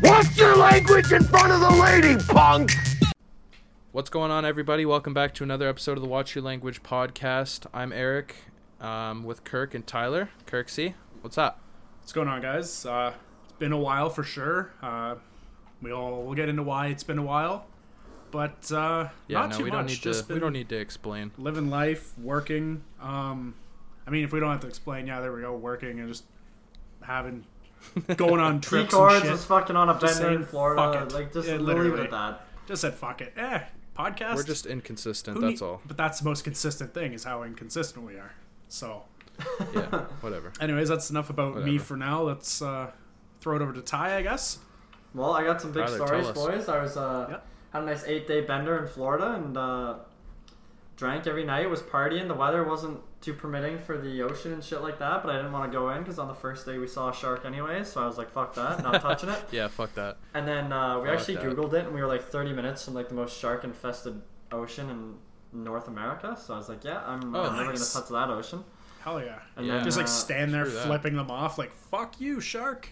What's your language in front of the lady, punk? What's going on, everybody? Welcome back to another episode of the Watch Your Language podcast. I'm Eric, um, with Kirk and Tyler. Kirk C, what's up? What's going on, guys? Uh, it's been a while for sure. Uh, we all we'll get into why it's been a while, but uh, Yeah, not no, too we much. don't need to. Just We been don't need to explain. living life, working. Um, I mean, if we don't have to explain, yeah, there we go, working and just having going on Three trips and cards shit. is fucking on a Just bender in saying, Florida. fuck it. Like, just Yeah, leave it literally. at that. just said fuck it. Eh, podcast. We're just inconsistent. Who That's need- all. But that's the most consistent thing is how inconsistent we are. So, Yeah, whatever. anyways, that's enough about me Whatever. for now. Let's uh, throw it over to Ty, I guess. Well, I got some big Tyler, stories, tell boys. I was uh, Yeah. had a nice eight day bender in Florida and uh, drank every night. Was partying. The weather wasn't too permitting for the ocean and shit like that. But I didn't want to go in because on the first day we saw a shark anyway. So I was like, fuck that, not touching it. Yeah, fuck that. And then uh, we Fuck actually that. googled it, and we were like 30 minutes from like the most shark infested ocean in North America. So I was like, yeah, I'm, Oh, I'm never nice. gonna touch that ocean. Hell yeah. And Yeah. then, Just uh, like stand there screw that. flipping them off, like "fuck you, shark."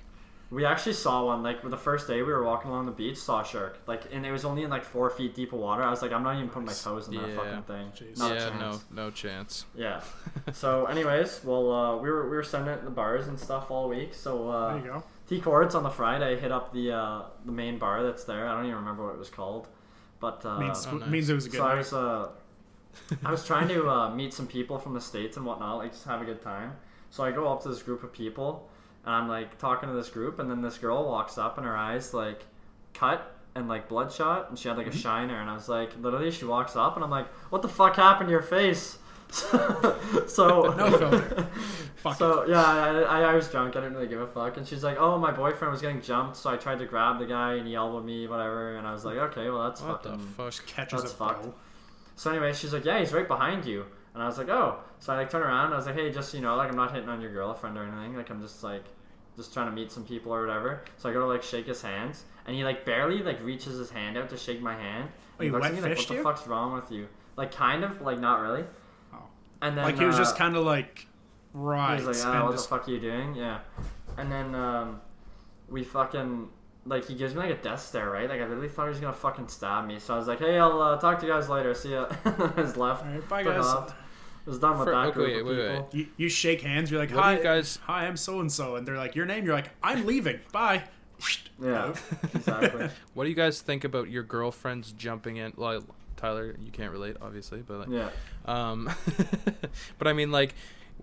We actually saw one. Like the first day we were walking along the beach, saw a shark. Like, and it was only in like four feet deep of water. I was like, I'm not even putting my toes in that Yeah. fucking thing. Jeez. Not a yeah, chance. no, no chance. Yeah. So, anyways, well, uh, we were we were sending it in the bars and stuff all week. So There uh, you go. T Chords on the Friday hit up the uh, the main bar that's there. I don't even remember what it was called, but uh, means Oh, nice. means it was a good. so I night. was uh, I was trying to uh, meet some people from the states and whatnot, like just have a good time. So I go up to this group of people, and I'm like talking to this group, and then this girl walks up, and her eyes like cut and like bloodshot, and she had like Mm-hmm. a shiner, and I was like, literally, she walks up, and I'm like, what the fuck happened to your face? so No filter. Fuck it. so yeah, I, I, I was drunk. I didn't really give a fuck. And she's like, "Oh, my boyfriend was getting jumped, so I tried to grab the guy and he yelled at me, whatever." And I was like, "Okay, well that's What the Um, fucking fuck? Catches that's a bow. fucked. so anyway, she's like, "Yeah, he's right behind you." And I was like, "Oh." So I like turn around. And I was like, "Hey, just so you know, like I'm not hitting on your girlfriend or anything. Like I'm just like, just trying to meet some people or whatever." So I go to like shake his hands, and he like barely like reaches his hand out to shake my hand. Wait, And he looks at wet me like, fished "What the Oh, you?" fuck's wrong with you?" Like kind of, like not really. Oh. And then Like he was just uh, kind of like, right. He's like, and oh, what just- the fuck are you doing? Yeah. And then um, we fucking like he gives me like a death stare, right? Like I really thought he was gonna fucking stab me. So I was like, hey, I'll uh, talk to you guys later. See ya. I just left. All right, bye, took guys. off. Was done with For- that okay, group wait, of wait, people. wait. you, you shake hands. You're like, What do hi, you guys- hi, I'm so and so, and they're like, your name. You're like, I'm leaving. Bye. Yeah, exactly. What do you guys think about your girlfriends jumping in? Like, Tyler, you can't relate, obviously, but like, Yeah. Um, but I mean, like,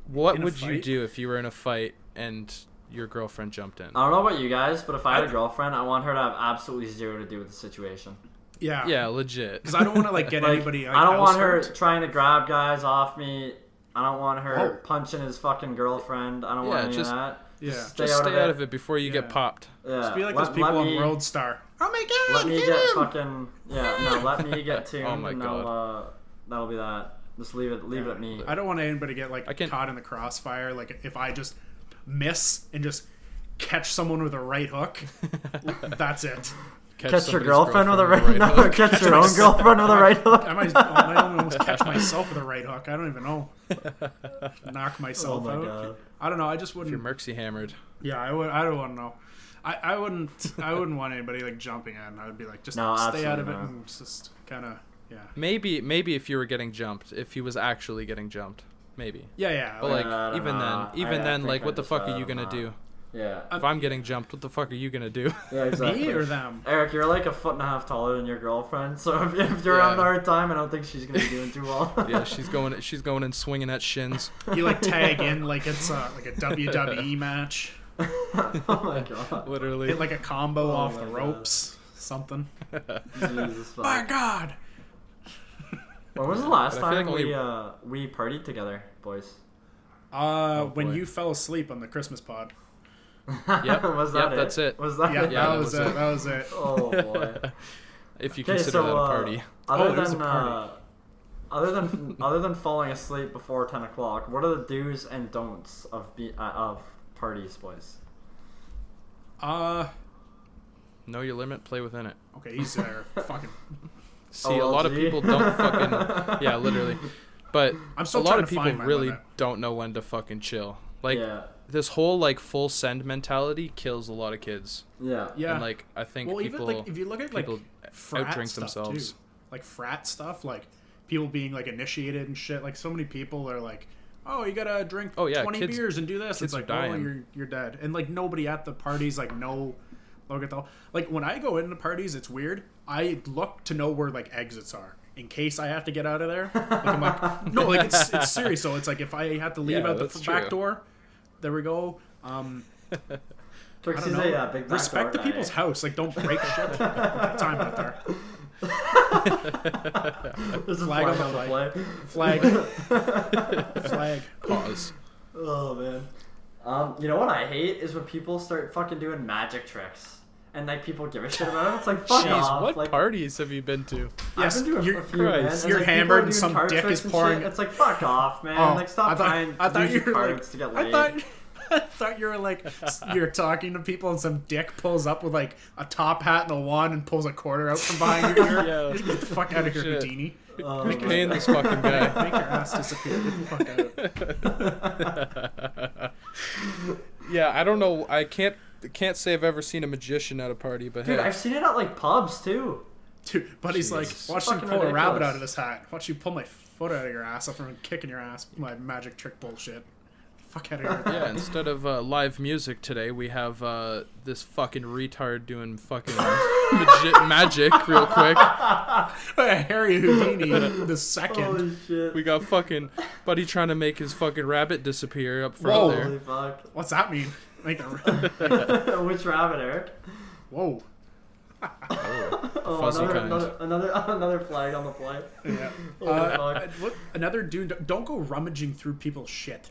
what In a would you fight? do if you were in a fight and your girlfriend jumped in? I don't know about you guys, but if I had a I- girlfriend, I want her to have absolutely zero to do with the situation. Yeah. yeah, legit. Because I don't want to like get Like, anybody. Like, I don't else want her hurt. trying to grab guys off me. I don't want her Whoa. punching his fucking girlfriend. I don't Yeah, want any just- of that. Oh. Yeah. stay Just out stay of out it. of it before you Yeah. get popped. Yeah. Just be like let- those people let on me- World Star. Oh my god. Let me get get him! fucking yeah. No, let me get tuned, Oh my and I'll, uh, that'll be that. Just leave it. Leave it at me. I don't want anybody to get like I can- caught in the crossfire. Like if I just miss and just catch someone with a right hook, that's it. Catch your somebody's girlfriend with a right. with a No, hook. catch your own myself. girlfriend with a right hook. I might, I might almost catch myself with a right hook. I don't even know. Knock Oh myself my out. god. I don't know. I just If you're wouldn't. mercy hammered. Yeah, I would. I don't want to know. I, I wouldn't. I wouldn't want anybody like jumping in. I would be like, just No, stay out absolutely of it not. and just kind of, yeah, Maybe, maybe if you were getting jumped, if he was actually getting jumped, maybe. yeah, yeah. But like- like, I don't even know. then, even I- I then, think like, I what the just, fuck uh, are you gonna nah. do? Yeah. If I'm getting jumped, what the fuck are you gonna do? Yeah. Exactly. me or them. Eric, you're like a foot and a half taller than your girlfriend, so if, if you're Yeah. having a hard time, I don't think she's gonna be doing too well. yeah, she's going, she's going and swinging at shins. You like tag in like it's uh, like a WWE match. oh my god. Literally. Hit like a combo Oh off the my God. ropes. Something. Jesus fuck. My God. When was the last But I feel time like only- we uh, we partied together, boys? Uh, Oh, when boy. you fell asleep on the Christmas pod. Yep, was that yep, it? that's it. Was that Yeah, it? Yeah, that, that was, was it. it. That was it. Oh boy. if you Okay, consider so, that a uh, party. Oh, Other there's a than uh, other than other than falling asleep before ten o'clock, what are the do's and don'ts of be, uh, of parties, boys? Uh, Know your limit, play within it. okay, he's there. Fucking. See, a lot of OLG. people don't fucking yeah, literally. But I'm a still lot trying of to people find my really limit. don't know when to fucking chill. Like yeah, this whole like full send mentality kills a lot of kids. Yeah. Yeah. And like I think well, people even like if you look at like people frat outdrink stuff themselves. too, like frat stuff, like people being like initiated and shit. Like so many people are like, "Oh, you gotta drink Oh, yeah, twenty kids- beers and do this." kids It's are like, "Oh, dying. you're you're dead," and like nobody at the parties like no. Look at the like when I go into parties, it's weird. I look to know where like exits are in case I have to get out of there. Like, I'm like, no, like it's it's serious. So it's like if I have to leave Yeah, out the that's f- back true. door, there we go. Um, I Trixie's don't know. a uh, big back Respect door the guy, people's eh? house. Like, don't break shit. Time out there. There's a flag on the flag. Flag. Flag. Pause. Oh man. Um, you know what I hate is when people start fucking doing magic tricks and like people give a shit about it. It's like fuck Jeez, Uh, off. what like, parties have you been to? Yes, I've been to a- you're- a few, man, Christ. and, you're like, people hammered are and doing some card dick tricks is and pouring- shit. It's like fuck off, man. Oh, like stop I thought, trying I thought to you use were cards like, to get I laid. thought, I thought you were like, s- you're talking to people and some dick pulls up with like a top hat and a wand and pulls a quarter out from behind your ear. Yeah. Uh, Get the fuck out of here, Shit. Houdini. Oh, Who's my paying God. this fucking guy? Make your ass disappear. Get the fuck out. yeah, I don't know. I can't can't say I've ever seen a magician at a party, but Dude, hey, I've seen it at like pubs too. Dude, buddy's Jesus. like, watch you Fucking pull a rabbit ridiculous. out of this hat. Watch you pull my foot out of your ass after I'm kicking your ass. with My magic trick bullshit. Fuck out of here. yeah. Instead of uh, live music today, we have uh, this fucking retard doing fucking magi- magic real quick. Harry Houdini the second. Holy shit. We got fucking buddy trying to make his fucking rabbit disappear up front Whoa. there. Holy fuck. What's that mean? Make the Which rabbit, Eric? whoa. Oh, fuzzy another, kind. another another another flag on the play. Yeah. Holy Uh, fuck. what, another dude. Don't go rummaging through people's shit.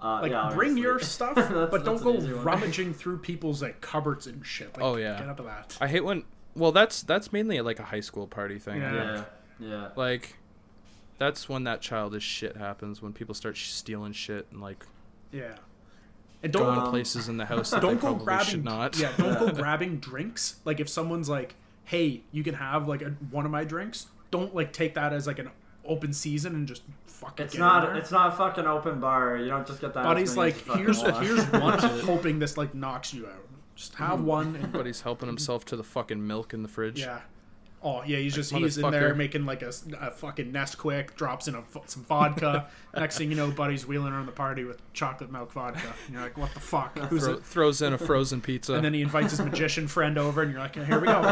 Uh, Like, yeah, bring your obviously. stuff, That's- but that's don't an go easy one. rummaging through people's like cupboards and shit. Like, Oh, yeah. Get out of that. I hate when. Well, that's that's mainly like a high school party thing. Yeah. Yeah, yeah. Like, that's when that childish shit happens when people start sh- stealing shit and like yeah. And going don't to Um, places in the house that don't they go probably should grabbing. not. Yeah. Don't go grabbing drinks. Like if someone's like, "Hey, you can have like a, one of my drinks." Don't like take that as like an open season and just fucking. It's get in there. not. It's not a fucking open bar. You don't just get that. Buddy's like, here's here's one. one, hoping this like knocks you out. Just Mm-hmm. have one and But he's helping himself to the fucking milk in the fridge. Yeah. Oh yeah, he's just he's in there motherfucker. making like a, s- a fucking nest quick, drops in a, fu- some vodka. Next thing you know, buddy's wheeling around the party with chocolate milk vodka. And you're like, what the fuck? Who's Thro- it? throws in a frozen pizza. And then he invites his magician friend over, and you're like, here we go.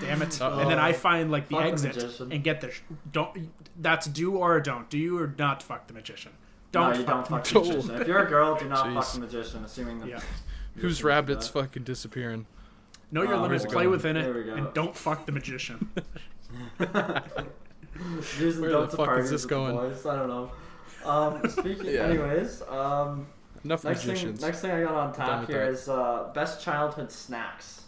Damn it! And then I find like the Fuck the exit magician. and get the sh- don't. That's do or don't. Do you or not fuck the magician? No, Don't. you fuck don't the fuck the magician. If you're a girl, do not Jeez. fuck the magician. Assuming that. Yeah. Whose you're rabbit's fucking fucking disappearing? Know your Oh, limits, where's it play going? within it, There we go. and don't fuck the magician. Do's and Where the don'ts of fuck is parties this with the going? boys, I don't know. Um, speaking. Yeah. Anyways, um, Enough next magicians. thing. Next thing I got on done tap with here that. is uh, best childhood snacks.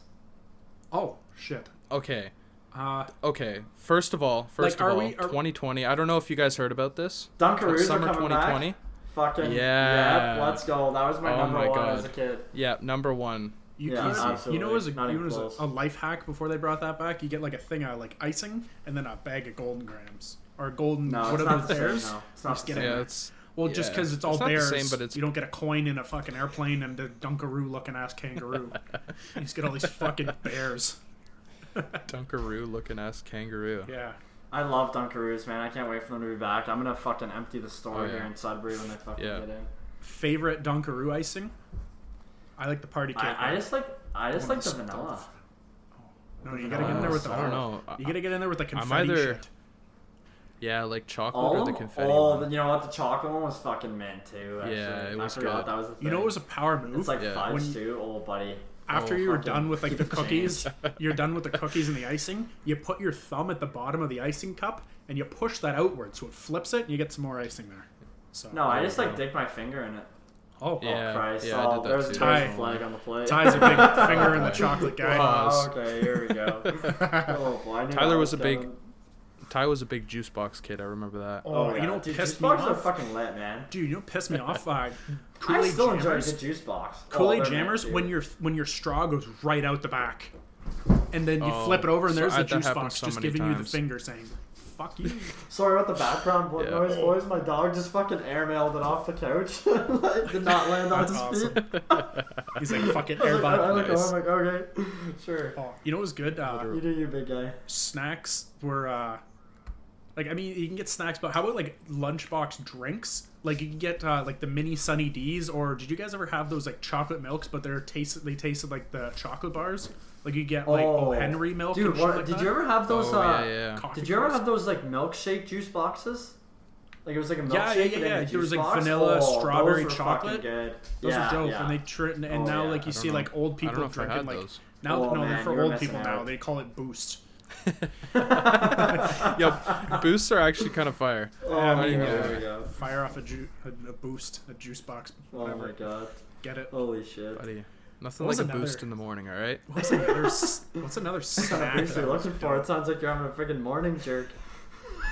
oh shit. Okay. Uh, Okay. First of all, first Like, are of all, we- are- 2020. I don't know if you guys heard about this. Dunkaroos Summer are coming 2020. back. Fucking Yeah. yep, let's go. That was my Oh number my one God. as a kid. Yeah, number one. You Yeah, can You absolutely. know, as a, Not you even know, as close. a, a life hack before they brought that back, you get like a thing of like icing and then a bag of golden grams or golden No, it's whatever not it's the same. theirs. No, it's not just the get same. it. Yeah, it's Well, just yeah. because it's all It's not the theirs, same, but it's- you don't get a coin in a fucking airplane and a Dunkaroo looking ass kangaroo. you just get all these fucking bears. Dunkaroo looking ass kangaroo. Yeah, I love Dunkaroos, man. I can't wait for them to be back. I'm gonna fucking empty the store Oh, yeah. here in Sudbury when they fucking Yeah. get in. favorite Dunkaroo icing. I like the party cake. I, I one. just like I just like the Stuff. vanilla. no, you gotta get in there with the Uh, I don't know. You gotta get in there with the confetti either- shit. Yeah, like chocolate All or of the them, confetti. all one. the, you know what? The chocolate one was fucking mint too. Actually. Yeah, it was I forgot good. that was the thing. You know, it was a power move. it's like Yeah. fudge when- too, old buddy. after Oh, you were fucking done with like the keep the cookies, you're done with the cookies and the icing. You put your thumb at the bottom of the icing cup and you push that outward, so it flips it, and you get some more icing there. So No, I just like dig my finger in it. oh, Yeah. oh Christ! yeah, I oh, did that there's, too. there's Ty. a flag on the plate. Ty's a big finger in the chocolate guy. Pause. Oh, okay, here we go. oh boy, I knew Tyler that was a big- coming. Ty was a big juice box kid. I remember that. Oh, yeah, you know what dude, juice pissed me boxes are off? fucking lit, man. Dude, you know what pissed me off? Uh, I Kool-Aid still enjoy jammers. the juice box. Oh, Kool-Aid they're mint, jammers dude. when your when your straw goes right out the back, and then you Oh, flip it over and so there's I- the Oh, that juice happened box so just many giving you the times. finger saying fuck you. Sorry about the background Yeah. noise, boys. My dog just fucking airmailed it off the couch. like, did not land on That's his awesome. feet. He's like fucking I was like, I airbud. look Nice. over, I'm like, okay, sure. Oh, you know what was good? Uh, You do you, big guy. snacks were uh, like I mean you can get snacks, but how about like lunchbox drinks? Like you can get uh, like the mini Sunny D's, or did you guys ever have those like chocolate milks? But they're taste they tasted like the chocolate bars. Like you get like oh, Henry milk. Dude, and shit what, like did that. you ever have those? oh, uh, yeah, yeah. Coffee Did you ever bars. have those like milkshake juice boxes? Like it was like a milkshake. Yeah, yeah, but yeah, in a yeah. There juice was, like, box? vanilla, Oh, those strawberry, were fucking chocolate. Good. Those yeah, are dope, yeah. and they tr- and Oh, now yeah. like I you see don't like know. old I don't people know if I drinking had like those. now Oh, no man, they're for you're old missing people now out. they call it boost. yeah, boosts are actually kind of fire. Oh, Yeah, my I mean, God. yeah. there we go. Fire off a, ju- a, a boost, a juice box, Oh whatever. my god. Get it. Holy shit. Buddy, nothing What like was a another- boost in the morning, all right? What's another? s- what's another snack? Thanks for that was looking for. It dope? sounds like you're having a friggin' morning jerk.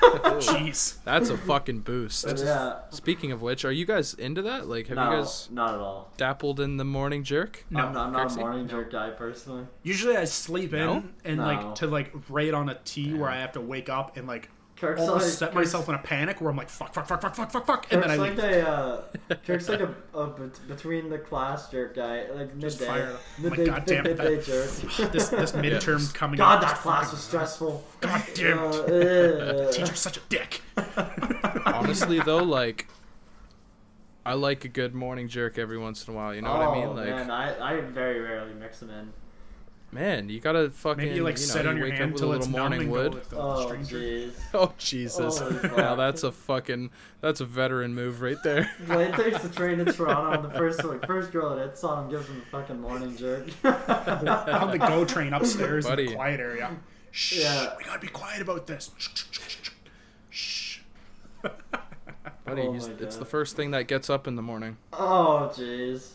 Jeez. That's a fucking boost. yeah. Speaking of which, are you guys into that? Like, have No, you guys not at all. dappled in the morning jerk? No, I'm not, I'm not a Kirksey? morning jerk guy personally. Usually I sleep in No? and No. like to like raid on a tea where I have to wake up and like Kirk's almost like, set Kirk's- myself in a panic where I'm like fuck fuck fuck fuck fuck fuck fuck and Kirk's then I like leave. a uh, Kirk's like a, a bet- between the class jerk guy, like midday, Just fire. I'm like, midday, God damn it, midday that- jerk. this this midterm Yes. coming God, up. that class was stressful. God damn it. Uh, uh, Teacher's such a dick. Honestly, though, like, I like a good morning jerk every once in a while. You know what I oh, mean? Like, man, man, I, I very rarely mix them in. you gotta fucking Maybe you like you know, sit you on your wake up hand with a till it's little numb morning and go wood. with the Oh, stranger. jeez. Oh Jesus! Holy fuck. now that's a fucking that's a veteran move right there. Blaine takes the train to Toronto, and the first like, first girl that hits on him gives him a fucking morning jerk. on the go train upstairs in Buddy. the quiet area. Shh, Yeah. we gotta be quiet about this. Shh, shh, shh, shh, shh. Buddy, Oh he's, my it's God. the first thing that gets up in the morning. oh, jeez.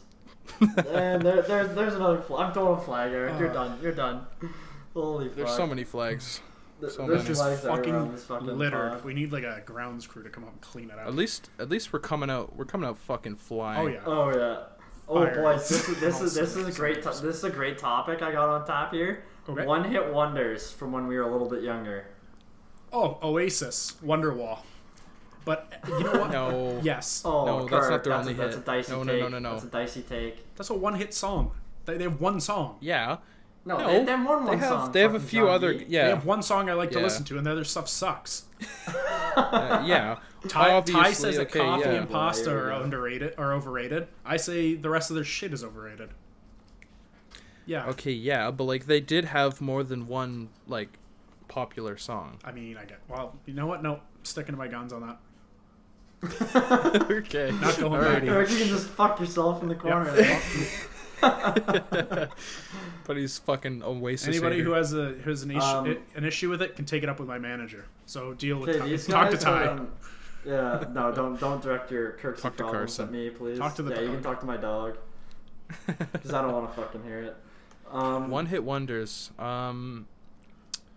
And there, there's there's another. Fl- I'm throwing a flag, Eric. You're Oh. done. You're done. Holy There's fuck. so many flags. Th- so there's many. Just flags everywhere on fucking this fucking littered. pod. We need like a grounds crew to come up and clean it up. At least at least we're coming out we're coming out fucking flying. oh yeah. Oh yeah. Oh Fire. boys, this is this is Awesome. this is a great to- this is a great topic I got on top here. Okay. One hit wonders from when we were a little bit younger. Oh, Oasis, Wonderwall. But you know what? No. Yes, Oh, No, Kirk, that's not their that's only a, That's a hit. dicey No, no, take. no, no, no. That's a dicey take. that's a one-hit song. They, they have one song. Yeah. No, No, they, they have more than They one have song. they have a fucking few John other Dee. They yeah have one song I like to Yeah. listen to, and the other stuff sucks. uh, yeah. Ty, Ty Obviously, says okay, that coffee yeah. and pasta Well, here are we go. underrated, are overrated. I say the rest of their shit is overrated. Yeah, Okay, yeah, but like they did have more than one like popular song. I mean, I get. Well, you know what? No, sticking to my guns on that. okay. Not going Alrighty. Eric, you can just fuck yourself in the corner. But he's fucking Oasis. Anybody who hater. has a who has an issue Um, an issue with it can take it up with my manager. So deal with Okay, Ty. these talk to guys Ty. are, um, yeah, no, don't don't direct your Kirksey Talk to problems Carson. at me, please. Talk to the yeah, you dog. can talk to my dog because I don't want to fucking hear it. Um, one hit wonders. Um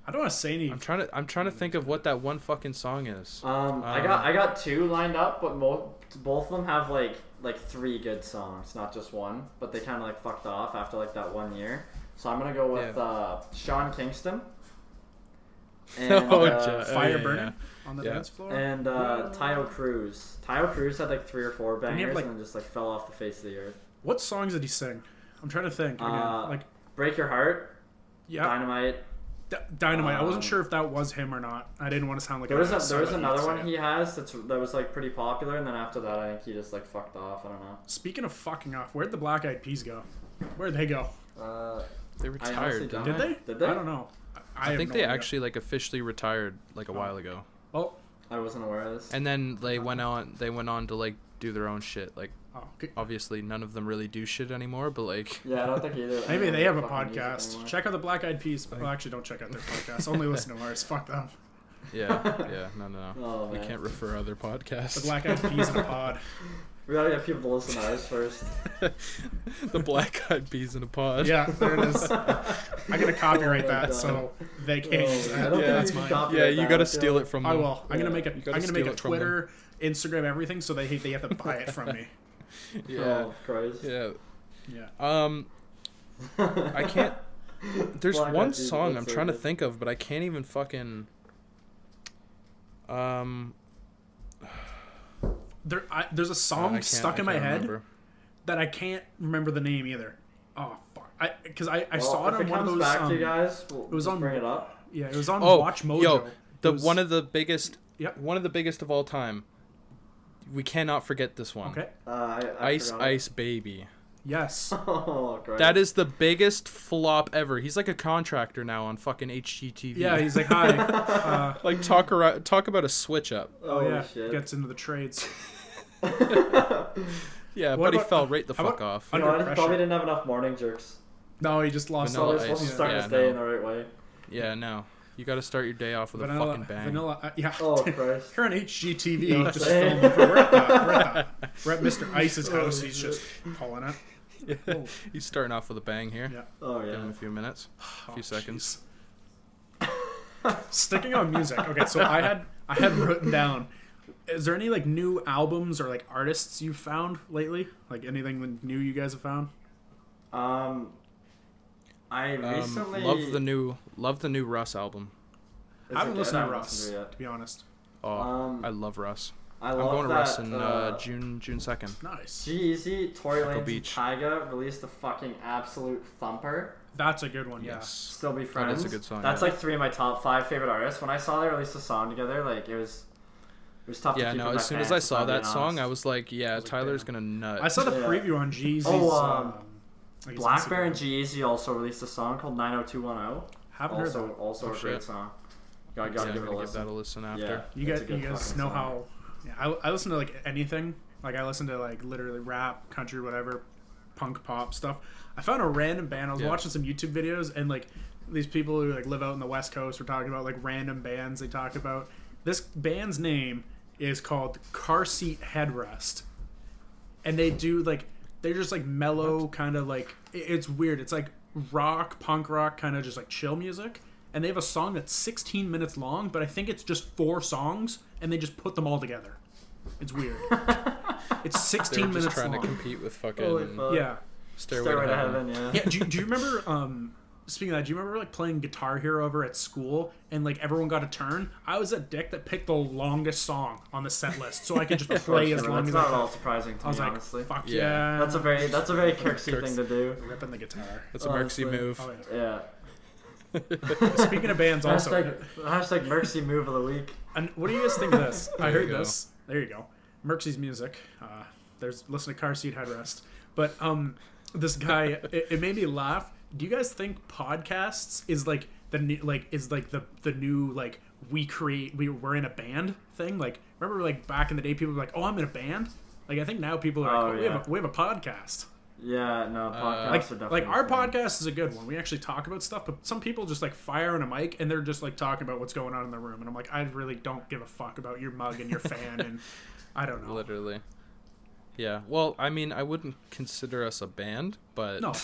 I don't want to say any. I'm trying to I'm trying to think of what that one fucking song is. Um, I got I got two lined up, but mo- both of them have like like three good songs, not just one. But they kind of like fucked off after like that one year. So I'm gonna go with Yeah. uh, Sean Kingston and Oh, uh, ja- fire yeah, burning yeah. on the Yeah. dance floor. and uh, Tyo Cruz. Tyo Cruz had like three or four he have, bangers like- and then just like fell off the face of the earth. what songs did he sing? I'm trying to think. Again. Uh, like Break Your Heart, yeah, Dynamite. D- dynamite. I um, wasn't sure if that was him or not. I didn't want to sound like There an was a, asshole, there was but he another did say one it. he has that's that was like pretty popular, and then after that I think he just like fucked off. I don't know. Speaking of fucking off, where'd the Black Eyed Peas go? Where'd they go? Uh, They I honestly retired. didn't don't. Did they? Did they? I don't know. I, I have think no they idea. actually like officially retired like a while ago. Oh, I wasn't aware of this. And then they went on they went on to like do their own shit. Like oh, okay. obviously none of them really do shit anymore, but like Yeah, I don't think either. Maybe anyone they have a fucking uses it podcast. anymore. Check out the Black Eyed Peas. Well, actually, don't check out their podcast. Only listen to ours. Fuck them. yeah, yeah, no no no. Oh, we man. can't refer other podcasts. The Black Eyed Peas in a pod. We gotta get people to listen to ours first. the black eyed peas in a pod. Yeah, there it is. I gotta copyright Oh my that, God. so they can't. use Oh, I that. don't Yeah. think That's you can mine. copy Yeah, that you back, gotta I feel steal like. it from I them. will. I'm gonna Yeah. make a. You gotta I'm gonna make steal a it from them. Twitter, Instagram, everything, so they they have to buy it from me. Yeah. Oh, Christ. Yeah. Yeah. Um I can't there's Black Eyed one Peas, song that's I'm so trying to good. think of, but I can't even fucking Um, There, I, there's Uh, a I song can't- stuck I in my can't head remember. that I can't remember the name either. Oh fuck! I because I, I saw it if on it one of comes those. back um, to you guys, we'll it was on- bring it up. Yeah, it was on Oh, Watch Mojo. yo, the It was- one of the biggest, Yep. one of the biggest of all time. We cannot forget this one. Okay. Uh, I, I Ice forgot it. Ice Baby. Yes. Oh, great. That is the biggest flop ever. He's like a contractor now on fucking HGTV. Yeah, he's like, hi. Uh, like talk around, talk about a switch up. oh Holy yeah, shit. gets into the trades. Yeah, What but he about- fell right the how fuck about- off. un- You know, I under just pressure. probably didn't have enough morning jerks. No, he just lost Vanilla all Probably his. supposed Oh, ice, to start yeah, his day in no. the right way. Yeah, no, you got to start your day off with a Vanilla, fucking bang. vanilla, uh, yeah. Oh, Christ. Here on HGTV, You know what just I'm saying? filming for we're at, the, we're, at the, we're at Mr. Ice's house. He's just pulling it. Oh, He's starting off with a bang here. Yeah. Oh, Give him yeah. a few minutes, a oh, few seconds. jeez. Sticking on music. Okay, so I had I had written down. Is there any like new albums or like artists you've found lately? Like anything new you guys have found? Um, I Um, recently. love the new, love the new Russ album. Is I haven't it good? listened to haven't Russ, listened to it yet. be honest. Oh, Um, I love Russ. I I'm love going to that, Russ in uh, uh, June June second. Nice. G-Eazy, Tory Echo Lanez, and Beach. Tyga released a fucking absolute thumper. That's a good one. Yeah. Yes. Still be That friends. is a good song, That's yeah. like three of my top five favorite artists. When I saw they released a song together, like it was, it was tough. Yeah, to keep no. in my As soon as pants, I if saw I'm being that song, honest. I was like, yeah, like, Tyler's damn. gonna nut. I saw the Yeah. preview on Jeezy's. Oh, um, um, like his Black Bear and Instagram. G-Eazy also released a song called 90210. Haven't heard Also, that. also Oh, a shit. great song. You gotta, Yeah, gotta I'm give it a gonna give that a listen listen. Yeah, after. You it's guys, a you good guys fucking know song. how. Yeah, I, I listen to like anything. Like I listen to like literally rap, country, whatever, punk, pop stuff. I found a random band. I was Yeah. watching some YouTube videos and like these people who like live out in the West Coast were talking about like random bands they talk about. This band's name is called Car Seat Headrest, and they do like they're just like mellow kind of like it- it's weird. It's like rock, punk rock, kind of just like chill music. And they have a song that's 16 minutes long, but I think it's just four songs, and they just put them all together. It's weird. it's They 16 were just minutes trying long. to compete with Holy fucking fuck. yeah. Stairway Stairway to to Heaven. Heaven, yeah. Yeah, do, do you remember um speaking of that, do you remember like playing Guitar Hero over at school and like everyone got a turn? I was that dick that picked the longest song on the set list so I could just play as Sure, long as that's I not at could. all surprising to I was me, like, honestly. fuck Yeah. yeah. That's a very that's a very Kirksy Kirk's- thing to do. ripping the guitar. That's a Mercy Honestly. move. Oh, Yeah. yeah. Speaking of bands, also, uh, Hashtag hashtag Mercy move of the week. and what do you guys think of this? I There heard you go. this. There you go. Mercy's music. Uh, there's listen to car seat headrest. But um, this guy, it, it made me laugh. Do you guys think podcasts is like the new, like is like the the new like we create we we're in a band thing? Like remember like back in the day, people were like, oh, I'm in a band. Like I think now people are like, Oh, oh, we yeah. have a, we have a podcast. Yeah, no, podcasts are Uh, Like- definitely like our a thing. podcast is a good one. We actually talk about stuff, but some people just like fire on a mic and they're just like talking about what's going on in the room. And I'm like, I really don't give a fuck about your mug and your fan, and I don't know. Literally. Yeah. Well, I mean, I wouldn't consider us a band, but No,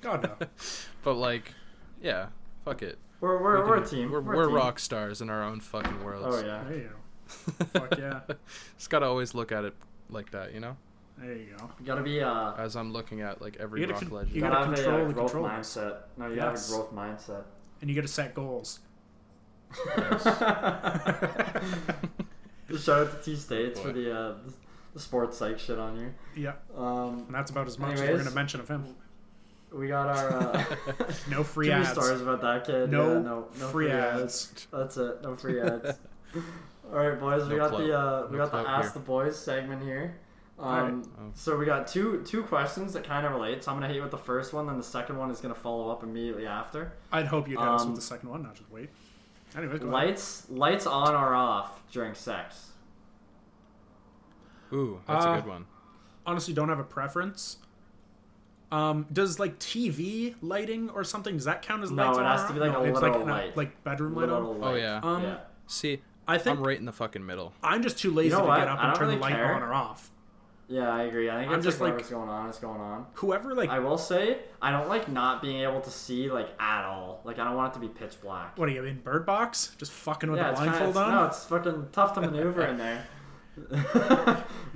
God no. but like, yeah, fuck it. We're We we're, can- we're a team. We're, a we're team. rock stars in our own fucking worlds. Oh yeah. There you go. Fuck yeah. Just gotta always look at it like that, you know. There you go. You gotta be uh As I'm looking at like every You gotta rock con- legend. you gotta, gotta have control a uh, the growth controls. mindset. No, you Yes. gotta have a growth mindset. And you got to set goals. Just shout out to T States for Boy. the uh the, the sports psych shit on you. Yeah, and Um that's about as much as we're Anyways. gonna mention of him. we got our uh No free too many ads. stories about that kid. No, yeah, no, no free ads. That's it. No free ads. All right, boys. We No got clout. the uh, we No got the clout here. ask the boys segment here. Um, Alright. Oh. So we got two two questions that kind of relate. So I'm gonna hit you with the first one, then the second one is gonna follow up immediately after. I'd hope you'd hit us Um, with the second one, not just wait. Anyway, go ahead. Lights lights on or off during sex? Ooh, that's Uh, a good one. honestly don't have a preference. Um, does like TV lighting or something does that count as No, lights? it on has or to be, not? like, a it's literal an- light. like bedroom light. Little on. Oh, light. yeah. Um, yeah. See, I think I'm I'm, right in the fucking middle. just too lazy You know to what? get up I and don't turn the really light care. on or off. Yeah, I agree. I think I'm it's just, just like like- whatever's going on is going on. Whoever like I will say I don't like not being able to see like at all. Like I don't want it to be pitch black. what are you in Bird Box? Just fucking with yeah, a it's kinda, blindfold on? it's, no, it's fucking tough to maneuver in there. you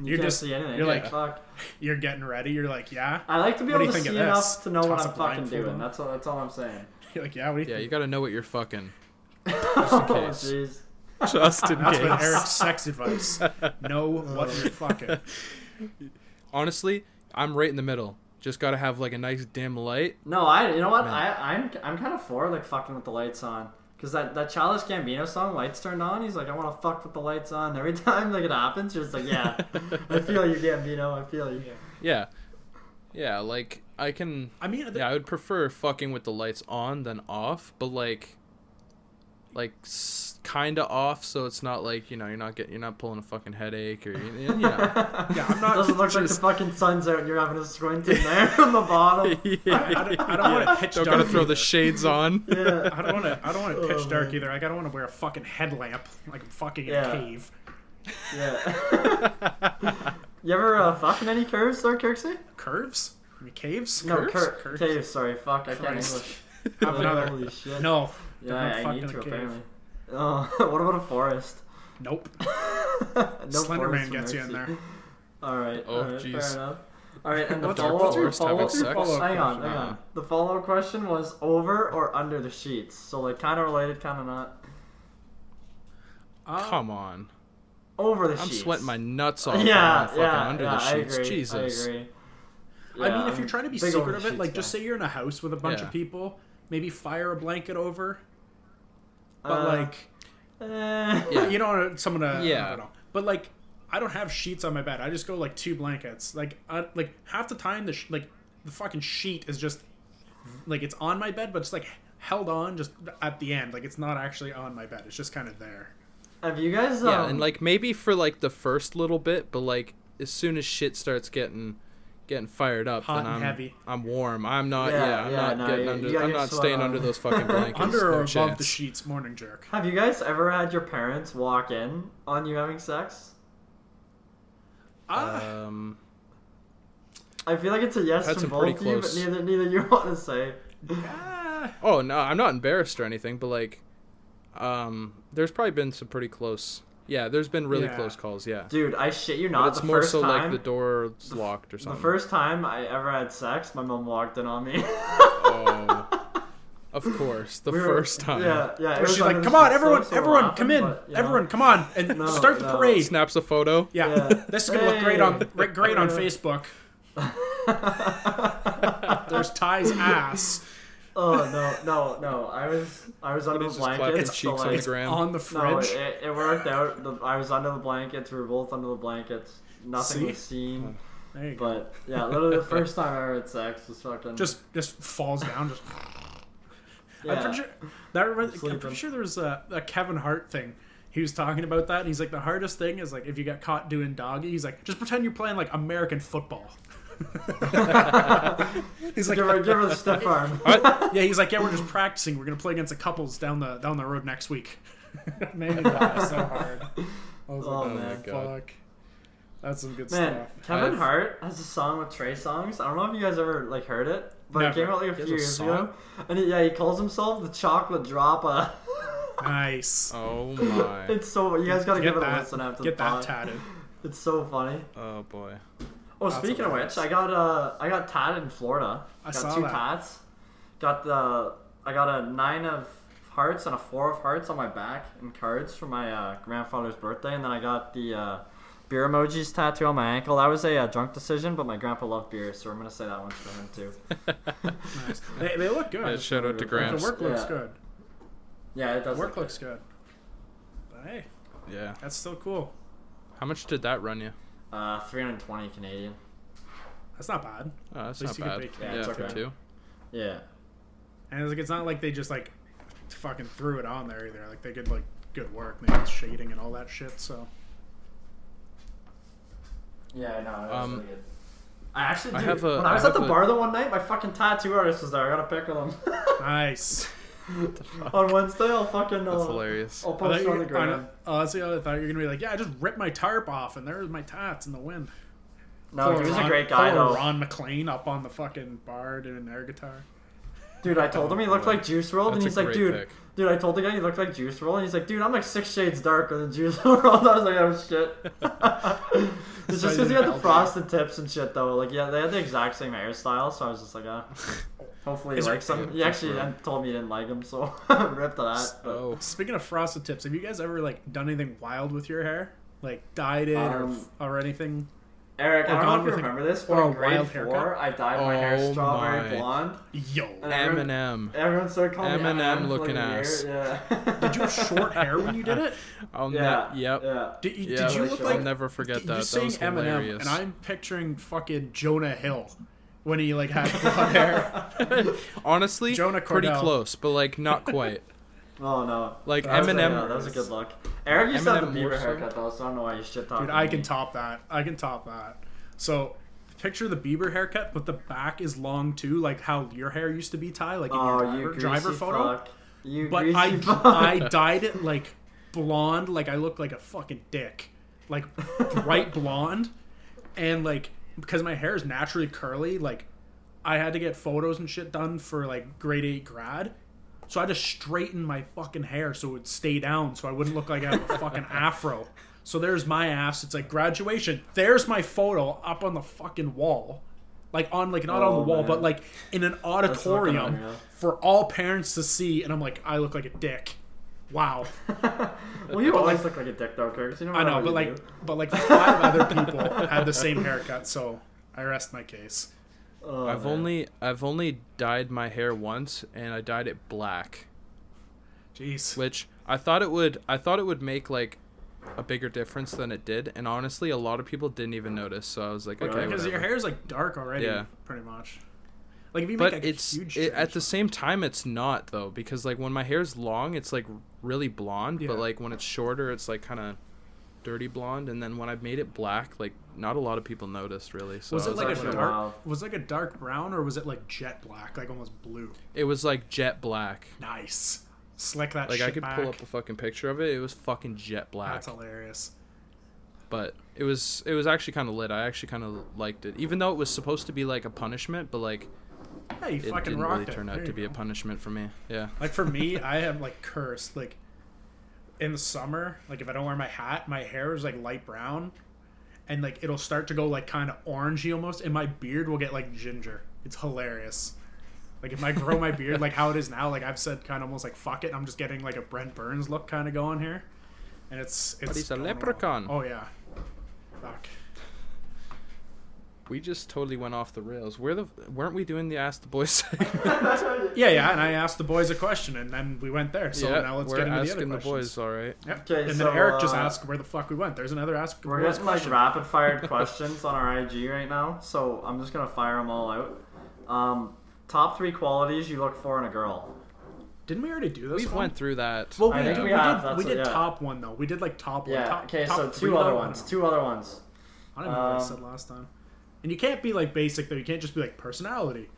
You're can't just- see anything. you're yeah, like- fuck. You're getting ready. You're like yeah. I like to be what do able you to think of see this? enough to know what Toss I'm a fucking blindfold doing. on. That's all. That's all I'm saying. You're like yeah. What do you Yeah, you think? gotta know what you're fucking. oh case. jeez. just in That's been case. Eric's sex advice. Know what you're fucking. Honestly, I'm right in the middle. Just gotta have like a nice dim light. No, I. You know what? I, I'm I'm kind of for like fucking with the lights on. Cause that, that Childish Gambino song, lights turned on. He's like, I want to fuck with the lights on. Every time like it happens, you're just like, yeah, I feel you, Gambino. I feel you. Yeah, yeah. Like I can. I mean, Yeah, I would prefer fucking with the lights on than off, but like, like kind of off, so it's not like you know you're not getting you're not pulling a fucking headache or you, you know. yeah, I'm not. Doesn't look just- like the fucking sun's out. and You're having a squint in there on the bottom. I, I don't, I don't want to pitch Don't dark. gotta throw the either. shades on. Yeah. I don't want to. I don't want to pitch Oh, dark man. either. Like, I don't want to wear a fucking headlamp like I'm fucking Yeah. in a cave. Yeah. you ever uh, fuck in any curves there, Kirksey? Curves? I mean, caves? No, Curves? cur- Curves. caves. Sorry, fuck. I can't Christ. English. Have Like, another. Holy shit. No. Yeah, Don't I fuck need in to a cave. apparently. Oh, what about a forest? Nope. no Slender Man forest gets you in mercy. there. All right. Oh, all right, jeez. fair enough. All right, and the What's- follow-up what's your- follow- what's your follow- follow-up Hang on, question? hang Uh-uh. on. The follow-up question was over or under the sheets. So like, kind of related, kind of not. Um, Come on, Over the I'm sheets. sweating my nuts off. Uh, yeah, Yeah, fucking yeah, under yeah, the I sheets. agree, Jesus. I agree. I mean, Yeah, if you're trying to be big over secretive, the it, like sheets just guy. say you're in a house with a bunch Yeah. of people, maybe fire a blanket over, but Uh, like eh. Yeah. you know, someone to Yeah. I don't know. But like, I don't have sheets on my bed. I just go like two blankets. Like, I, like half the time the sh- like the fucking sheet is just like it's on my bed, but it's like held on just at the end. Like it's not actually on my bed. It's just kind of there. Have you guys? Um, Yeah, and like maybe for like the first little bit, but like as soon as shit starts getting getting fired up, Hot then and I'm heavy. I'm warm. I'm not. Yeah, Yeah, I'm yeah, not no, getting you- under. you gotta I'm get not sweat staying on. under those fucking blankets. Under no or above the chance. sheets, morning jerk. Have you guys ever had your parents walk in on you having sex? Ah, Um, I feel like it's a yes Had from some both pretty of you, but close- neither neither you want to say. ah. oh no, I'm not embarrassed or anything, but like, um, there's probably been some pretty close. Yeah, there's been really Yeah. close calls. Yeah, Dude, I shit you but not. it's The more first so like time, the door's locked or the something. first time I ever had sex, my mom walked in on me. Oh, of course, the We were- first time. Yeah, yeah. it Where was she's like, under "Come the on, sheets, everyone, so- so everyone, laughing, come in, but, you know. everyone, come on, and No, start the no. parade." Snaps a photo. Yeah, Yeah. this is gonna look great on Hey. great on Yeah. Facebook. There's Ty's ass oh no, no, no! I was, I was under He's just the clapping blanket. his So cheeks on the like, gram. on the no, fridge. it, it worked out. The, I was under the blankets. We were both under the blankets. Nothing See? was seen. there you go. But yeah, literally the first time I ever had sex was fucking Just just falls down. Just Yeah. I'm pretty sure that reminds, I'm Sleeping. pretty sure there was a, a Kevin Hart thing. He was talking about that, and he's like, the hardest thing is like if you got caught doing doggy, he's like, just pretend you're playing like American football. he's like, give her, give her the stiff arm. yeah, he's like, yeah, we're just practicing. We're gonna play against the couples down the down the road next week. Made me laugh so hard. I was Oh, like, oh, my God. fuck, that's some good Man, stuff. Kevin I've- Hart has a song with Trey Songs. I don't know if you guys ever like heard it, but Never. it came out like a He has few a years song? ago. And he, yeah, he calls himself the Chocolate Dropper. Nice. Oh my. it's so you guys gotta Get give it a that, listen after get the that pod. tatted. It's so funny. Oh boy. Oh, speaking of hilarious. which, I got uh, I got tatted in Florida. I got saw two that. tats. Got the I got a nine of hearts and a four of hearts on my back and cards for my uh, grandfather's birthday, and then I got the uh, beer emojis tattoo on my ankle. That was a uh, drunk decision, but my grandpa loved beer, so I'm gonna say that one's for him too. Nice. They, they look good. Yeah, shout out to the Gramps. work looks Yeah. good. yeah, it The does. work look looks good. But hey, Yeah. that's still cool. How much did that run you? uh, 320 Canadian. That's not bad. Oh, that's At least not you can bad. bake yeah, cakes, for okay. two. Yeah. And it's like it's not like they just like fucking threw it on there either. Like they did like good work. They did shading and all that shit. So Yeah, no, that was Um, really good. I actually, I dude, have a- when I I was have at the a- bar the one night, my fucking tattoo artist was there. I got a pic with him. nice. on Wednesday, I'll fucking. That's uh, hilarious. I'll I post it thought on you- the gram. Honestly, I thought you were gonna be like, yeah, I just ripped my tarp off, and there's my tats in the wind. No, Poor he was Ron- Oh, a great guy poor though. Ron McLean up on the fucking bar doing their guitar. Dude, I told him he looked like Juice World, and That's he's a like, great dude, pick. dude, I told the guy he looked like Juice World, and he's like, dude, I'm like six shades darker than Juice World. I was like, oh shit. it's just because he had the frosted tips and shit though. Like, yeah, they had the exact same hairstyle, so I was just like, ah. Hopefully he Is there- likes them. He Yeah, actually for real. told me he didn't like them, so rip to that. but- Oh, Speaking of frosted tips, have you guys ever like done anything wild with your hair, like dyed it or, Um, f- or anything? Eric, Or I gone don't know if with a- you remember this, but or in a grade wild four, haircut? I dyed my hair Oh strawberry my. blonde. Yo, And everyone, Eminem. everyone started calling me Eminem Eminem for like looking a year, ass. Yeah. did you have short hair when you did it? I'll ne- Yeah. yep. Yeah. Did, you Yeah, did you for look sure. I'll like never forget You're that. That saying was Eminem, hilarious. and I'm picturing fucking Jonah Hill when he like had blonde hair. Honestly, Jonah pretty Cordell. close, but like not quite. Oh no. Like That was a- Eminem- yeah, that was a good look. Eric used to have Eminem the more Bieber so. haircut though, so I don't know why you shit talking. Dude, I can top that. I can top that. So picture the Bieber haircut, but the back is long too, like how your hair used to be, Ty, like in Oh, your driver, you greasy driver photo. Fuck. You But greasy I fuck. I dyed it like blonde, like I look like a fucking dick, like bright blonde, and like because my hair is naturally curly, like I had to get photos and shit done for like grade eight grad. So I just straightened my fucking hair so it would stay down, so I wouldn't look like I have a fucking afro. So there's my ass. It's like graduation. There's my photo up on the fucking wall, like on like not on Oh, the wall, man. but like in an not gonna auditorium happen, yeah. for all parents to see. And I'm like, I look like a dick. Wow. well, you always look like a dick though, Curtis. You know I know, but what Oh, you like, do. but like five other people had the same haircut, so I rest my case. Oh, I've man. only I've only dyed my hair once, and I dyed it black, Jeez. which I thought it would I thought it would make like a bigger difference than it did, and honestly, a lot of people didn't even notice. So I was like, okay, because whatever. your hair is like dark already, Yeah. pretty much. Like if you make but a it's huge it, at change- the same time it's not though because like when my hair's long it's like really blonde Yeah. but like when it's shorter it's like kind of dirty blonde and then when i made it black like not a lot of people noticed really so was I it like a whatever. dark? Oh, actually wild. Was it like a dark brown or was it like jet black, like almost blue? it was like jet black Nice. Slick that like shit i could back. pull up a fucking picture of it it was fucking jet black That's hilarious. but it was it was actually kind of lit i actually kind of liked it even though it was supposed to be like a punishment but like Hey, you it fucking didn't rocked really it. turn out There to you be a go. punishment for me yeah Like for me, I am like cursed. Like in the summer, like if I don't wear my hat, my hair is like light brown, and like it'll start to go like kind of orangey almost, and my beard will get like ginger. It's hilarious. Like if I grow my beard like how it is now, like I've said, kind of almost like fuck it. I'm just getting like a Brent Burns look kind of going here, and it's it's. he's a going well. leprechaun. Oh yeah. Fuck. we just totally went off the rails where the weren't we doing the ask the boys segment? Yeah, yeah, and I asked the boys a question, and then we went there. So yeah, now let's we're get into the other asking the, questions. boys, all right. Yep. Okay, and so, then Eric just uh, asked where the fuck we went. There's another ask. the We're boys getting like question. rapid fired questions on our IG right now, so I'm just gonna fire them all out. Um, top three qualities you look for in a girl. Didn't we already do this? We one? went through that. Well, I we think did. we We, have, did, we that's did it, yeah. top one though. We did like top one. Yeah. Top, Okay, top so three, two other though? ones. Two other ones. I don't know what I Um, said last time. And you can't be like basic though. You can't just be like personality.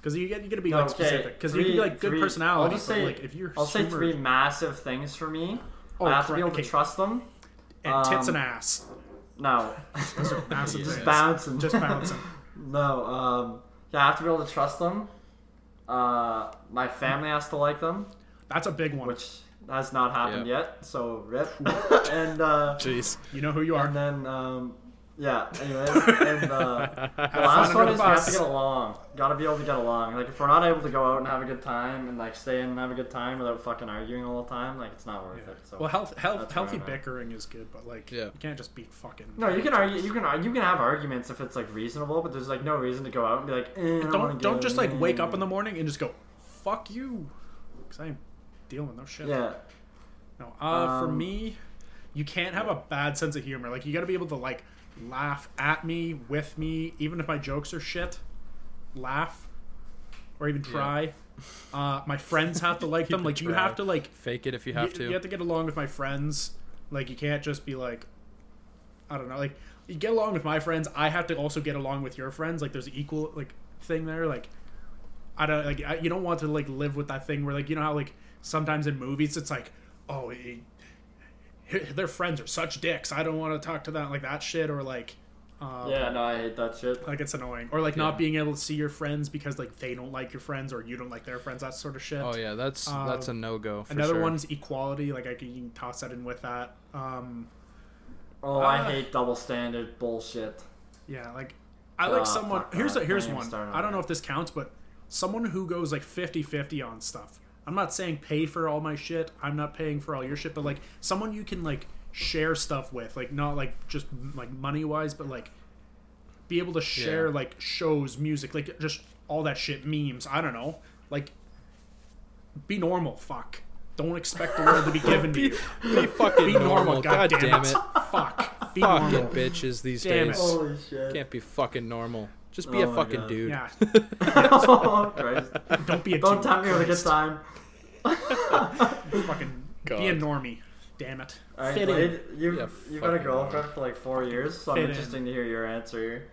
Because you get you gotta be like Okay, specific. Because you can three- be like good three- personality, I'll but just say, like if you're I'll say humor three massive things for me. Oh, I have to be able correct, to okay. trust them. and tits and um, ass, No, massive just tits. bouncing. just bouncing. no, um, yeah, I have to be able to trust them. Uh, my family has to like them, That's a big one. which has not happened Yeah. yet. So rip. and uh, Jeez. you know who you are. and then um, yeah. Anyways, and uh, the last fun one under is the we have bus. to get along. Got to be able to get along. Like if we're not able to go out and have a good time and like stay in and have a good time without fucking arguing all the time, like it's not worth it. So. well, health, health, That's where healthy I'm at. bickering is good, but like Yeah. you can't just be fucking. No, you can argue. You can argue. You can have arguments if it's like reasonable, but there's like no reason to go out and be like, eh, I don't wanna don't don't go, just like eh. wake up in the morning and just go, fuck you, because I'm dealing with no shit. Yeah, No, uh, for Um, me, you can't have a bad sense of humor. Like you got to be able to like laugh at me, with me, even if my jokes are shit. Laugh, or even try. Uh, my friends have to like them. Even Like you try. have to like Fake it if you have you, to. you have to get along with my friends. Like you can't just be like, I don't know. Like you get along with my friends. I have to also get along with your friends. Like there's an equal like thing there. Like I don't like I, you don't want to like live with that thing where like you know how like sometimes in movies it's like oh he- he- their friends are such dicks. I don't want to talk to them like that shit or like um, yeah. No, I hate that shit. Like it's annoying, or like not Yeah. being able to see your friends because like they don't like your friends or you don't like their friends, that sort of shit. oh yeah, that's that's a Um, no go. Another sure. one's equality. Like I can, you can toss that in with that. Um, Oh, Ah. I hate double standard bullshit. yeah, like I like Ah, someone. fuck Here's that. a, here's Don't even one. start on I don't know that. if this counts, but someone who goes like 50-50 on stuff. I'm not saying pay for all my shit. I'm not paying for all your shit, but like someone you can like share stuff with, like not like just like money wise, but like be able to share Yeah. like shows, music, like just all that shit, memes. I don't know. Like, be normal. Fuck. Don't expect the world to be given to you. Be fucking Be normal, normal. god, damn it. Fuck. Be Fucking normal. bitches these Damn it. days. Holy shit. Can't be fucking normal. Just be Oh a my fucking God. dude. Yeah. oh, Christ. Don't be a Don't dude, tempt me with a good Christ. time. Fucking God. be a normie. Damn it. All right, Fit in. Blade, you've, Yeah, you've got a fucking girlfriend for like four years, so I'm Fit in. interested to hear your answer.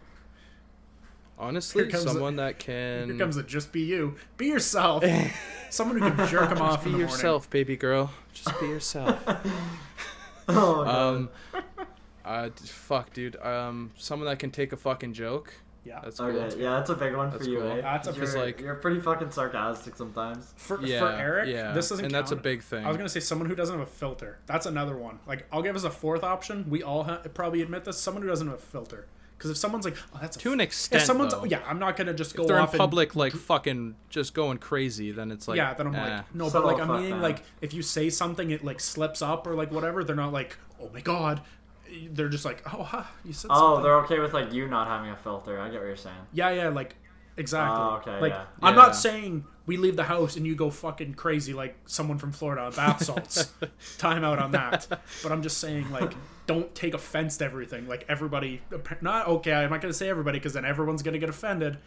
Honestly, Here comes the- someone that can Here comes the just be you. Be yourself. Someone who can jerk him off be in the yourself, baby girl. Just be yourself. Oh, God. um, uh, d- fuck, dude. Um, someone that can take a fucking joke. morning. Yeah. That's cool. okay, Oh, yeah, that's a big one That's for you, cool. eh? That's a You're- big- like- you're pretty fucking sarcastic sometimes. For, Yeah, for Eric, yeah. this doesn't and count. that's a big thing. I was gonna say someone who doesn't have a filter. That's another one. Like I'll give us a fourth option. We all ha- probably admit this. Someone who doesn't have a filter. Because if someone's like, oh, that's a to f-" an extent, if someone's though. yeah, I'm not gonna just go if they're in off and- public, like fucking just going crazy, then it's like yeah, then I'm eh. like, no, So but like I'm fuck meaning that. like if you say something, it like slips up or like whatever. They're not like, oh my god. They're just like, oh, huh, you said Oh, something. they're okay with like you not having a filter. I get what you're saying. Yeah, yeah, like exactly. Oh, okay, like yeah. I'm Yeah. not saying we leave the house and you go fucking crazy like someone from Florida on bath salts. Time out on that. But I'm just saying like don't take offense to everything. Like everybody not okay, I'm not going to say everybody cuz then everyone's going to get offended.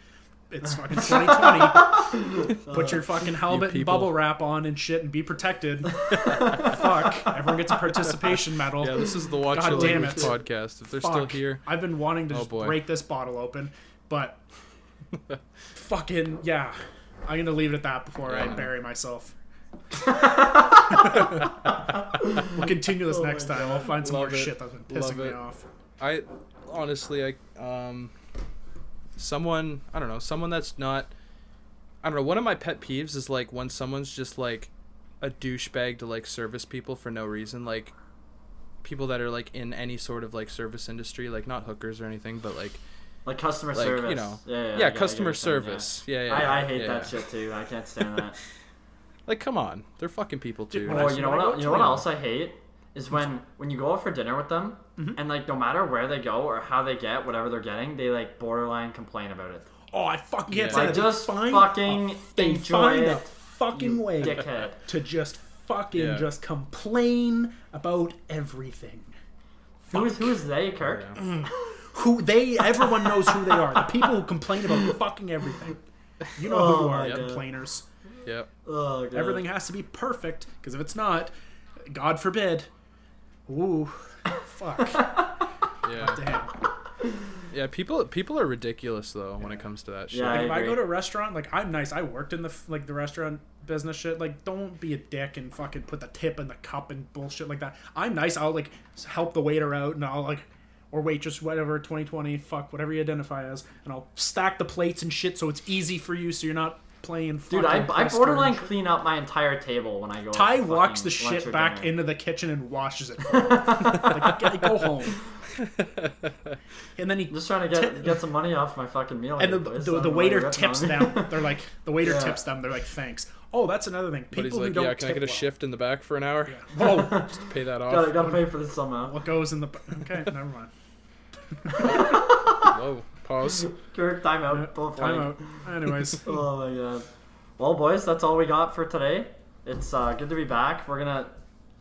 It's fucking 2020. Put your fucking helmet and people. bubble wrap on and shit and be protected. Fuck. Everyone gets a participation medal. yeah, this is the Watch God Your damn Language it. podcast. If they're Fuck. still here, Oh, I've been wanting to just boy. break this bottle open, but fucking yeah. I'm gonna leave it at that before I Yeah. bury myself. we'll continue this next Oh my time. I'll find some Love more it. shit that's been Love pissing me it. off. I honestly, I um, someone I don't know, someone that's not. I don't know. One of my pet peeves is like when someone's just like a douchebag to like service people for no reason, like people that are like in any sort of like service industry, like not hookers or anything, but like Like customer Like, you service. know. Yeah, yeah, I yeah, get- I get customer what you're saying, service. Yeah, yeah. I, I hate yeah. that shit too. I can't stand that. Like, come on, they're fucking people too. Dude, when I oh, you know when I what? go You know what to- else I hate is when when you go out for dinner with them, Mm-hmm. and like no matter where they go or how they get whatever they're getting, they like borderline complain about it. Oh, I fucking can't Yeah. say Like, that. just They find fucking a, they enjoy find a it, fucking you way dickhead. to just fucking Yeah. just complain about everything. Who's who's they, Kirk? Who they? Everyone knows who they are. The people who complain about fucking everything. You know who Oh you are, my God. complainers. Yeah. Oh, God. Everything has to be perfect because if it's not, God forbid. Ooh, fuck, Yeah. damn. Yeah, people people are ridiculous though when it comes to that shit. Yeah, Like, if I agree. go to a restaurant, like I'm nice. I worked in the f- like the restaurant business shit. Like, don't be a dick and fucking put the tip in the cup and bullshit like that. I'm nice. I'll like s- help the waiter out and I'll like or waitress, whatever, 2020, fuck, whatever you identify as, and I'll stack the plates and shit so it's easy for you, so you're not playing. Dude, I, fucking I Twister borderline and shit. clean up my entire table when I go. out Ty for walks the fucking lunch shit or back dinner. into the kitchen and washes it. For him. like, get- go home. And then he I'm just trying to get get some money off my fucking meal. and the, here, boys. I the, don't the know what you're waiter ripping on tips me. them. They're like the waiter Yeah. tips them. They're like thanks. Oh, that's another thing. But he's People who like, don't yeah, can I tip get a well. shift in the back for an hour? Whoa, Just to pay that off. gotta, gotta pay for this somehow. what goes in the okay? Never mind. Whoa. Pause. Kirk, time out. Both Time like- out. Anyways, Oh my god. Well, boys, that's all we got for today. It's uh, good to be back. We're gonna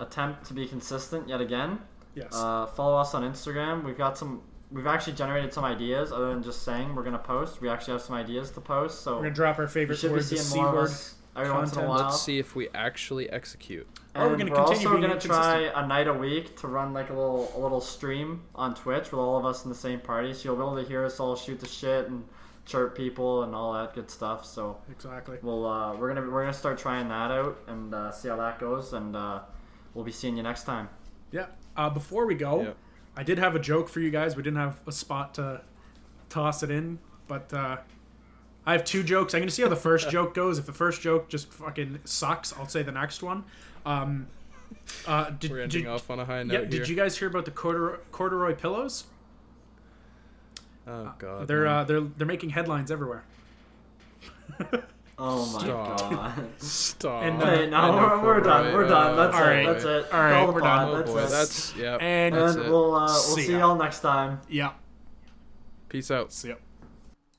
attempt to be consistent yet again. yes, Uh, follow us on Instagram. We've got some. We've actually generated some ideas other than just saying we're gonna post. We actually have some ideas to post, so we're gonna drop our you favorite should be word, the seeing c more of word. us every once in a content. while. Let's see if we actually execute. Or Oh, we're And gonna we're continue also being gonna try a night a week to run like a little a little stream on Twitch with all of us in the same party, so you'll be able to hear us all shoot the shit and chirp people and all that good stuff. So Exactly. we'll uh, we're gonna we're gonna start trying that out and uh, see how that goes, and uh, we'll be seeing you next time. Yeah. Uh, before we go, Yeah. I did have a joke for you guys. We didn't have a spot to toss it in, but uh, I have two jokes. I'm gonna see how the first joke goes. If the first joke just fucking sucks, I'll say the next one. Um, uh, did, We're ending did- off on a high note Yeah, here. did you guys hear about the corduroy, corduroy pillows? Oh god. They're man. uh, they're they're making headlines everywhere. Oh my Stop. god. Stop. And, uh, Hey, now we're, we're done. We're done. That's All it. right. uh, That's it. All right, Call the we're pod. done. Oh That's boy, it. that's yeah. And- that's and it. we'll uh, we'll See see ya. y'all next time. Yeah. Peace out. See ya.